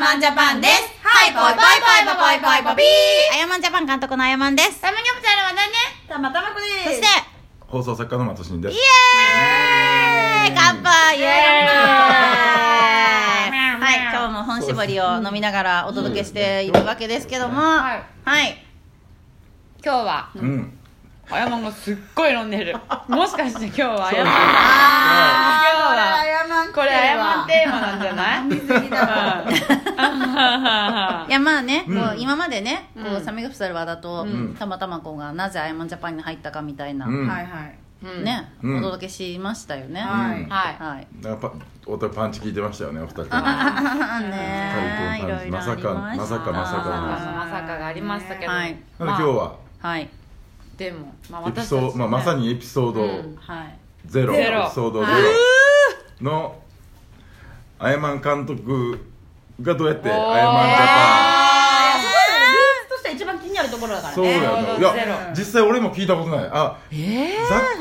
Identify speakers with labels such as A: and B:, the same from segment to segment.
A: マンジャパンですはい、ぽいぽいぽいぽいぽいぽいぽい
B: あやまんジャパン監督のあやまんです。
A: タムニョプチャルは何ねたまたまこで
B: そして、
C: 放送作家の松新です
B: イエーイ乾杯イエーイはい、今日も本絞りを飲みながらお届けしているわけですけども、
A: は
B: はいい。
A: 今日は、
C: うん
A: あやまんがすっごい飲んでる。もしかして今日 はあやまん、
B: あ
A: これあやまんテーマなんじゃない
D: 飲みすぎだろ
B: いやまあね、こう今までね、こ
A: う
B: うんサミグフサルバだと、
C: ん
B: たまたまこがなぜあやまんジャパンに入ったかみたいな、
C: うん
D: はいはい
A: うん
B: ね、
C: うん
B: お届けしましたよね。
D: はい
C: うん
A: はい。
B: はい。
C: なんかパお互いパンチ聞いてましたよねお二人とも
B: あね
C: タイト
B: い
C: ル
B: ろいろありました
C: まさかまさ
A: まさか
C: か
A: まさかがありましたけど。
B: はい
C: なので今日は
B: はい
A: あでも、まあ
C: エピ
A: 私た
C: ソ
A: ち
C: ード、まあ、まさ
A: に。
C: にエピソー
A: うん
C: ド
B: はい
C: ゼロ、
A: ゼロ
C: エピソードゼ
A: は
C: ロのあやまん監督がどうやってあや
A: おー
C: まんジャパン
D: あそこはでもルーツとしては一番気になるところだから
C: そうや
D: ね
C: の、
A: えー
C: い
A: ゼロ
C: や実際俺も聞いたことないあ、ざっ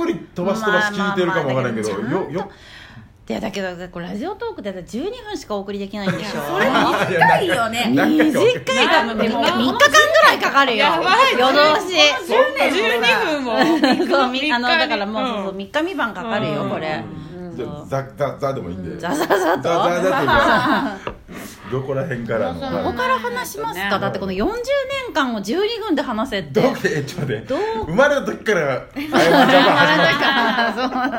C: くり飛ばし飛ばし聞いてるかもわからんけど、
B: まあまあまあだけど
C: よよ
B: いやだけどこれラジオトークで12分しかお送りできないんでしょ
D: 短いよね
C: 何回か
B: 短
C: わかんない
B: いかも
A: で
B: 3日間
A: も
B: ぐらいかかるよ
A: やばいね
B: 夜通し
A: 12分も。
B: こうみあのだからもう
A: うん
B: そうそう3日3晩かかるよこれ
C: じゃあザザザでもいいんで
B: ザザザと
C: ザザザっていうかどこら辺からの
B: ここ
C: はい
B: から話します
A: そ
B: か
A: う
B: だってこの40年間を12分で話せって
C: どうえちょっと待って
B: どう
C: 生まれた時からあやまんジャパン始まっ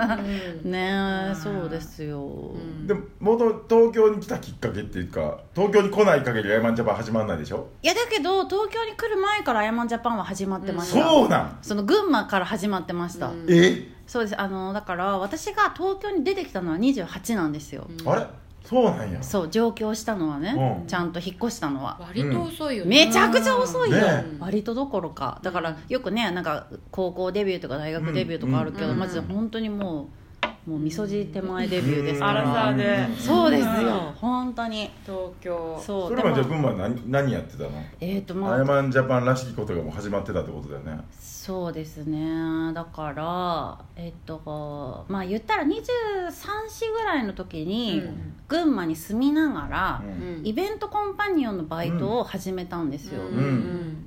B: ねえそうですよ
C: たでも元東京に来たきっかけっていうか東京に来ない限りあやまんジャパン始まらないでしょ
B: いやだけど東京に来る前からアヤマンジャパンは始まってました
C: そうなん
B: その群馬から始まってました、
C: え
B: そうですあのだから私が東京に出てきたのは28なんですよ、
C: あれそうなんや
B: そう上京したのはね、
C: うん
B: ちゃんと引っ越したのは、
A: 割と遅いよね。
B: めちゃくちゃ遅いよ、
C: ねえ
B: 割とどころかだからよくねなんか高校デビューとか大学デビューとかあるけど、
A: うん
B: マジで本当にもうもうみそじ手前デビューですか
A: あらさ
B: ら、
A: ーで
B: そうですよ、
A: うん
B: 本当に
A: 東京。
B: そう
C: それまで
B: で
C: じゃあ群馬は何何やってたの
B: えっ、とま
C: あ
B: あ
C: やまんジャパンらしきことがもう始まってたってことだよね
B: そうですねだからえっとまあ言ったら23歳ぐらいの時に、
A: うん
B: 群馬に住みながら
C: う、
A: うんん
B: イベントコンパニオンのバイトを始めたんですよ、
A: うん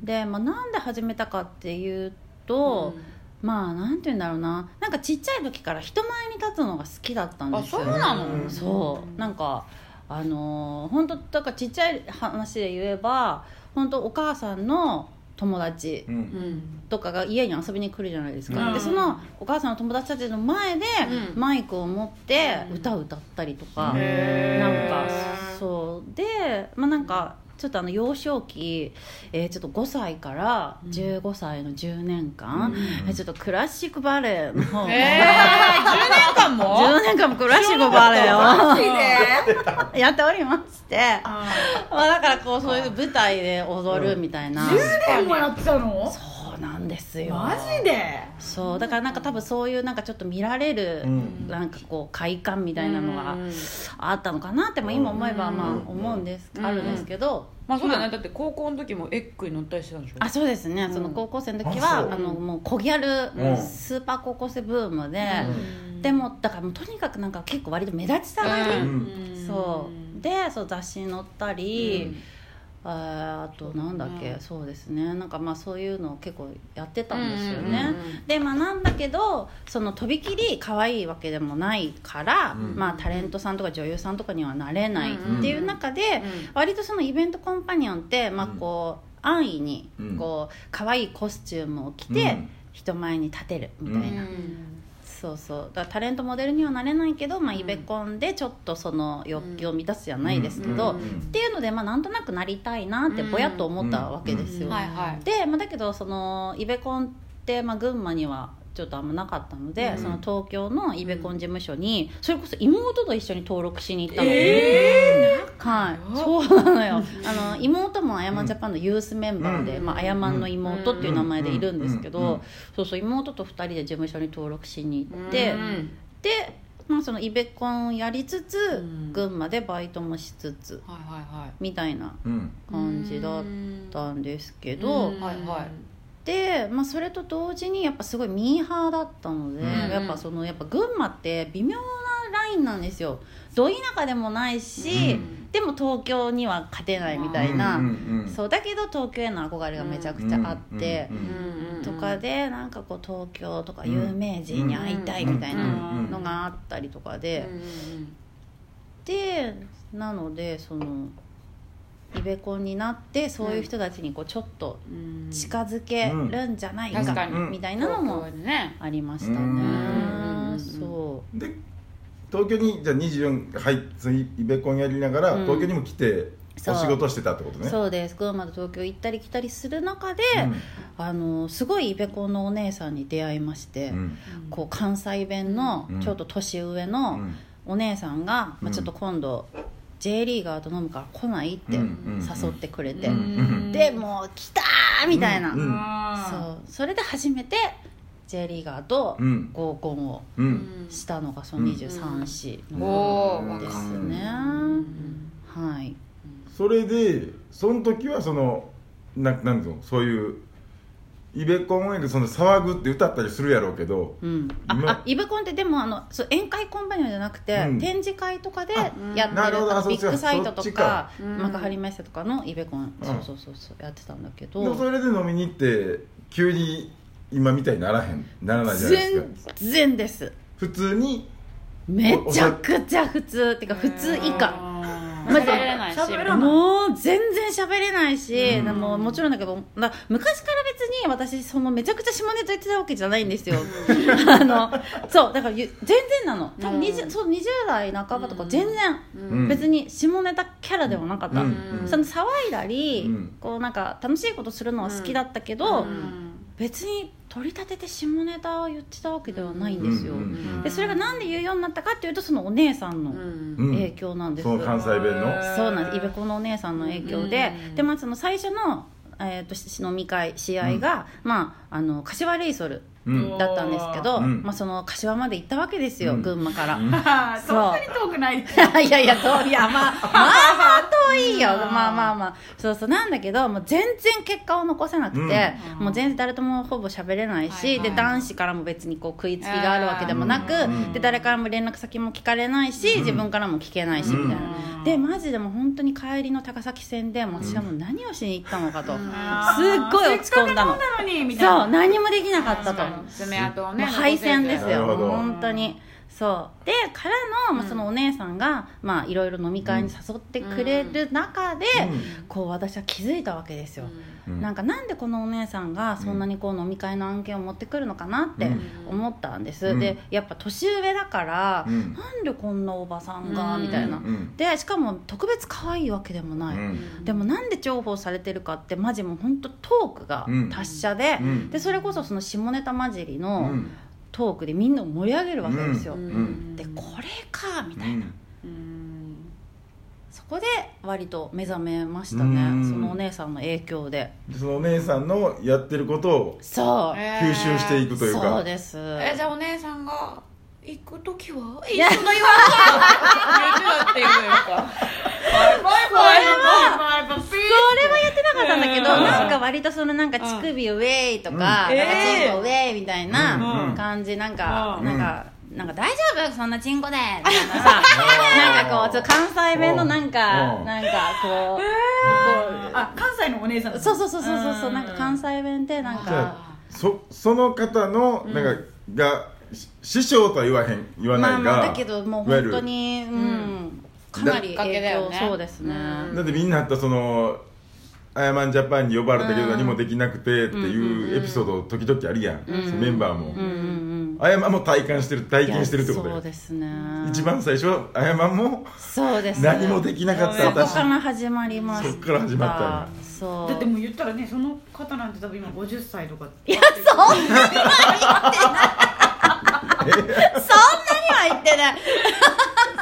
C: ん
B: で、まあ、なんで始めたかっていうと、まあなんて言うんだろうななんかちっちゃい時から人前に立つのが好きだったん
A: あ
B: です
A: そ
B: よ
A: うなの、
C: うん
B: そうなんかあのー本当だからちっちゃい話で言えば本当お母さんの友達
C: うんうん
A: うん
B: とかが家に遊びに来るじゃないですか、
C: うん
B: でそのお母さんの友達たちの前で
A: うん
B: マイクを持って歌を歌ったりとか、
C: うんへ
B: なんかそうでまあなんかちょっとあの幼少期、えーちょっと5歳から15歳の10年間、えーちょっとクラシックバレエの方、
A: えー、10年間も
B: 10年間もクラシックバレエを
D: いいね
B: やっておりましてまあだからこうそういう舞台で踊るみたいな、
D: 10年もやってたの
B: そうなんですよ
D: マジで
B: そうだからなんか多分そういうなんかちょっと見られる、
C: うん
B: なんかこう快感みたいなのが
A: うん
B: あったのかなっても今思えば
A: うん
B: まあ思うんです、
A: うん
B: あるんですけど、
A: まあそうだねだって高校の時もエッグに乗ったりしてたんでしょ
B: あそうですね、その高校生の時は
C: あ
B: あ
C: そう
B: のもうコギャル、
C: うん
B: スーパー高校生ブームで、
A: うん
B: でもだからもうとにかくなんか結構割と目立ちたがり、
A: うん
B: そうでそう雑誌に載ったり、あーあとなんだっけ、
A: うん
B: そうですねなんかまあそういうのを結構やってたんですよね、
A: うんうんうん
B: でまあなんだけどそのとびきり可愛いわけでもないから、
C: うん
B: まあタレントさんとか女優さんとかにはなれないっていう中で、
A: うん
B: 割とそのイベントコンパニオンってまあこう、安易に
C: うん
B: こう可愛いコスチュームを着
C: う
B: て
C: ん
B: 人前に立てるみたいな、
C: うん
B: そうそうだからタレントモデルにはなれないけど、まあ、イベコンでちょっとその欲求を満たすじゃないですけど、
A: うんうん
B: っていうので、まあ、なんとなくなりたいなってぼやっと思ったわけですよ、
A: うんはいはい
B: で、まあ、だけどそのイベコンって、まあ、群馬にはちょっとあんまなかったので、
A: うん
B: その東京のイベコン事務所にそれこそ妹と一緒に登録しに行ったの、はい、そうなのよあの妹もあやまんジャパンのユースメンバーで、
A: うん
B: まああやまんの妹っていう名前でいるんですけど、
C: うんうん
B: そうそう妹と2人で事務所に登録しに行って、
A: うん
B: で、まあ、そのイベコンやりつつ、
A: ん
B: 群馬でバイトもしつつ
A: はいはいは
B: みたいな
C: うん
A: い
B: 感じだっ
A: うん
B: たんですけど、
A: うんはいはい
B: で、まあ、それと同時にやっぱすごいミーハーだったので、
C: うん
B: やっぱそのやっぱ群馬って微妙なライインなんですよど田舎でもないし、
C: うん
B: でも東京には勝てないみたいな、
C: うんうんうん
B: そうだけど東京への憧れがめちゃくちゃあって、
C: うんうんうん
B: とかでなんかこう東京とか有名人に会いたいみたいなのがあったりとかで。でなのでそのイベコンになってそういう人たちにこうちょっと近づけるんじゃない
A: うん確か
B: か
A: に
B: みたいなのも
A: ね
B: ありましたね、
A: うん
B: そ
C: で東京にじゃあ24はいそのイベコンやりながら、
B: うん
C: 東京にも来て
B: そ
C: お
B: う
C: 仕事してたってこと
B: う、
C: ねう、
B: そうです群馬と東京行ったり来たりする中で、あのすごいイベコンのお姉さんに出会いまして、
C: んうん
B: こう関西弁の
C: うん
B: ちょっと年上
C: う
B: の
C: ん
B: お姉さんが、
C: う
B: まあ、
C: ん
B: ちょっと今度 J リーガーと飲むから来ないって
C: うん
B: 誘ってくれて、
C: うんうん
B: でもう来たーみたいな、
C: うん
B: そうそれで初めて J リーガーと
C: うん
B: 合コンを
C: うん
B: したのがその23歳
A: うん
B: の
A: おー
B: です
C: うん
B: ね、はい
C: それでその時はそのななんていうのそういうイベコンへでその騒ぐって歌ったりするやろうけど
B: うん、あ
C: 今
B: あイベコンってでもあのそう宴会コンパニオンじゃなくて、
C: うん
B: 展示会とかで
C: あ
B: やって
C: なる
B: る
C: ほど
B: あの
C: そ
B: ビ
C: っち
B: ッ
C: か
B: グサイトと
C: そっち
B: か
C: か
A: うん
B: 幕張メッセとかのイベコン、
C: うん
B: そうそうそうそうやってたんだけど
C: でもそれで飲みに行って急に今みたいにならへんならないじゃないですか
B: 全然です
C: 普通に
B: めちゃくちゃ普通っていうか普通以下
A: まずれないし
D: 喋れない
B: もう全然喋れないし、
C: うん
B: もうもちろんだけどな昔から別に私そのめちゃくちゃ下ネタ言ってたわけじゃないんですよ あのそうだからゆ全然なの多分 20,、
A: うん
B: そう20代半ばとか
A: うん
B: 全然、
C: うん
B: 別に下ネタキャラではなかった、
C: うん
A: うん
B: その騒いだり、
C: うん
B: こうなんか楽しいことするのは好きだったけど、別に取り立てて下ネタを言ってたわけではないんですよ、
C: うん
A: うん
B: でそれがなんで言うようになったかっていうとそのお姉さんの影響なんです、
C: その関西弁の
B: そうなんですイベコのお姉さんの影響で、
A: うん
B: でまあその最初の、えー、とし飲み会試合が、まああの柏レイソル
C: うん
B: だったんですけど、
C: うん
B: まあその柏まで行ったわけですよ、
C: うん
B: 群馬から、
C: うん
D: そんなに遠くないですよ
B: いやいや遠いいやまあまあまあ遠いよ、まあまあまあそうそうなんだけどもう全然結果を残せなくて、
A: うん
B: もう全然誰ともほぼ喋れないし、
A: はいはい
B: で男子からも別にこう食いつきがあるわけでもなく、
A: うん
B: で誰からも連絡先も聞かれないし、
C: うん
B: 自分からも聞けないしみたいな、
A: うん
B: でマジでもう本当に帰りの高崎線でもう私はもう何をしに行ったのかと、
A: うん
B: すっごい落ち込んだの
D: せっかく飲んだのにみたいな
B: そう何もできなかったと。
A: 爪痕を
B: も
A: ね
B: う敗戦です
C: な
B: よ
C: るほど
B: 本当にそうでからの、まあ、そのお姉さんがまあいろいろ飲み会に誘ってくれる中で、こう私は気づいたわけですよ、
C: うん
B: なんかなんでこのお姉さんがそんなにこう飲み会の案件を持ってくるのかなって思ったんです、
C: うん
B: でやっぱ年上だから、
C: うん
B: なんでこんなおばさんが、
A: うん
B: みたいな、
C: うん
B: でしかも特別可愛いわけでも
C: う
B: ない、
C: ん
B: でもなんで重宝されてるかってマジもう本当トークが達者で、
C: うん
B: でそれこそその下ネタ混じり
C: う
B: の、
C: ん
B: トークでみんなを盛り上げるわけですよ、
C: うん
B: でこれかみたいな、そこで割と目覚めましたね、
C: うん
B: そのお姉さんの影響で
C: でそのお姉さんのやってることを
B: そう、
C: 吸収していくというか、
B: そうです
A: えじゃあお姉さんが行く時は一緒
B: や
A: だよ行くっていうか
B: それはやってなかったんだけど、
A: うん
B: なんか割とそのなんか乳首ウェイとか、
C: うん
B: なんか
A: ええ
B: チンコウェイみたいな
C: うん
B: 感じ、なんか、
C: うん
B: なんか、なんか大丈夫そんなチンコでみたいなさ、なんかこう、ちょっと関西弁のなんか、
C: うん
B: なんかこう、こう
D: あ関西のお姉さん
B: そうそうそうそうそうそう、
D: うん
B: なんか関西弁でなん
C: じゃ
B: か、
C: あそその方のなんか、がし師匠とは言わへん言わない
B: ま
C: が、
B: あまあだけどもう本当
C: いわ
B: にうん、かなり
A: だ
B: 影響、
A: だ
B: そうですね、
C: ゆるだってみんなあったそのアヤマンジャパンに呼ばれたけど何もできなくてっていうエピソード時々あるやん、メンバーも、
B: うんうんうん
C: あやまんも体感してる体
B: いや
C: 験してるってこと
B: そう
C: よ
B: ですね
C: 一番最初はあやまんも
B: そうですね
C: 何もできなかっ
B: そ
C: た
B: こ
C: 私
B: から始まりました
C: そっから始ま
B: ったそう
D: だってもう言ったらねその方なんて多分今50歳とか
B: いやそんなに は言ってない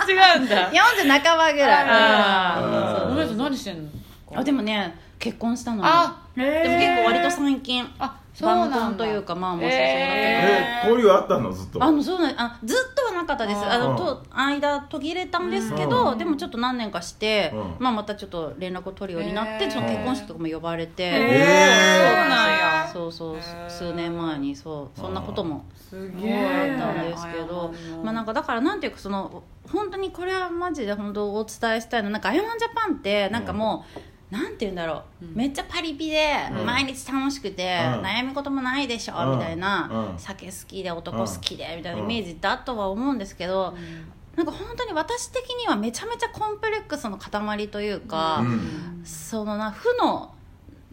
A: 違うんだ
B: そんなには言ってない40半ばぐらい
A: あ
C: あー
A: お姉さん何してんの
B: あでもね結婚したの
A: あ
D: で
B: でも結構割と
D: そ
B: 最近
A: あそう
B: 晩
A: な
B: 婚
A: んだ
B: というかまあもうそう
A: え
C: え交流あったのずっと
B: あのそうなんあずっとはなかったです
A: あー
B: あのと間途切れたんですけ
A: う
B: ど
A: ん
B: でもちょっと何年かして、
C: うん
B: まあ、またちょっと連絡を取るようになって、
A: へー
B: その結婚式とかも呼ばれて、
D: へ
C: え
A: そう
C: ー
A: なんや
B: そうそう
D: へー
B: 数年前にそうそんなことも
D: す
A: す
D: げ
A: ごい
D: え
A: あ
B: ったんですけどまあなんかだからなんていうかその本当にこれはマジで本当お伝えしたいのなんか「アイマンジャパン」ってなんかもう、なんて言うんだろう、
D: うん
B: めっちゃパリピで、
C: うん
B: 毎日楽しくて、
C: うん
B: 悩み事もないでしょ、
C: うん
B: みたいな、
C: うん
B: 酒好きで男好きで、みたいなイメージだとは思うんですけど、なんか本当に私的にはめちゃめちゃコンプレックスの塊というか、
C: うん
B: そのな負の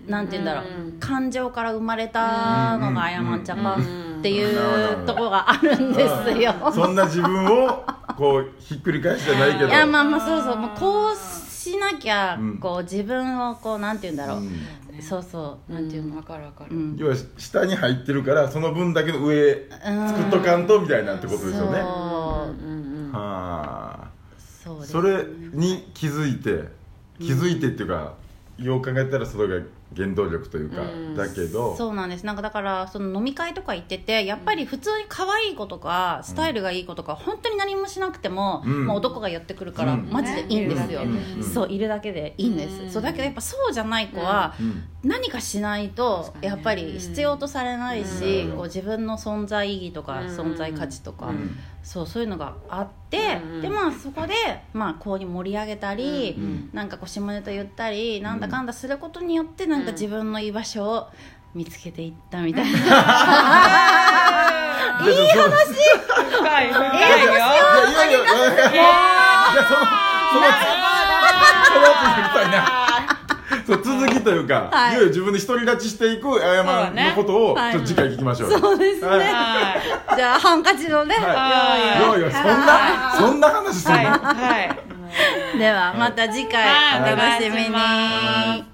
B: なんて言うんだろう、
A: うん
B: 感情から生まれたのが「アヤマンジャパン」ってい
C: うん
B: うところがあるんですよ。
C: そんな自分をこうひっくり返してないけど
B: いやまあまあそうそうもうこうしなきゃ
C: うん
B: こう自分をこうなんて言うんだろう、
C: うん
B: そうそうなんていうの
A: 分かる分か
B: う
A: る、
B: ん、
C: 要は下に入ってるからその分だけの上作っとかんとみたいなってことですよね
B: うんそう
A: うんうん
C: はあ
B: そうです
C: それに気づいて気づいてっていうか、よう考えたらそれが原動力というか、
A: うん
C: だけど
B: そうなんですなんかだからその飲み会とか行っててやっぱり普通に可愛い子とかスタイルがいい子とか本当に何もしなくても、
C: うん
B: もう男が寄ってくるから、
C: うん
B: マジでいいんですよ、
C: ねうん
B: そういるだけでいいんです、
A: うん
B: そうだけどやっぱそうじゃない子は、
C: うん
B: 何かしないと
A: 確かにね
B: やっぱり必要とされないし、
C: うん
B: こう自分の存在意義とか、
A: うん
B: 存在価値とか、
C: うん
B: そうそういうのがあって、
A: うん
B: でまあそこで、まあ、こうに盛り上げたり、
C: うん
B: なんかこう下ネタ言ったりなんだかんだすることによってなんか自分の居場所を見つけていったみたいな、
C: いい話
D: 深い深
C: いやいやいやいやいやいやそのそのその後になそう続きというか、
B: はい
C: いよいよ自分で独り立ちしていくあやまんのこと
B: そ
C: を、
B: うだね
C: ちょっと次回聞きま しょう、
B: そうですね、
C: はい
B: じゃあハンカチのね、
D: はい
C: いやいやそんなそんな話すんの、
D: はいはい
B: ではまた次回お楽しみに。
D: はいお願いします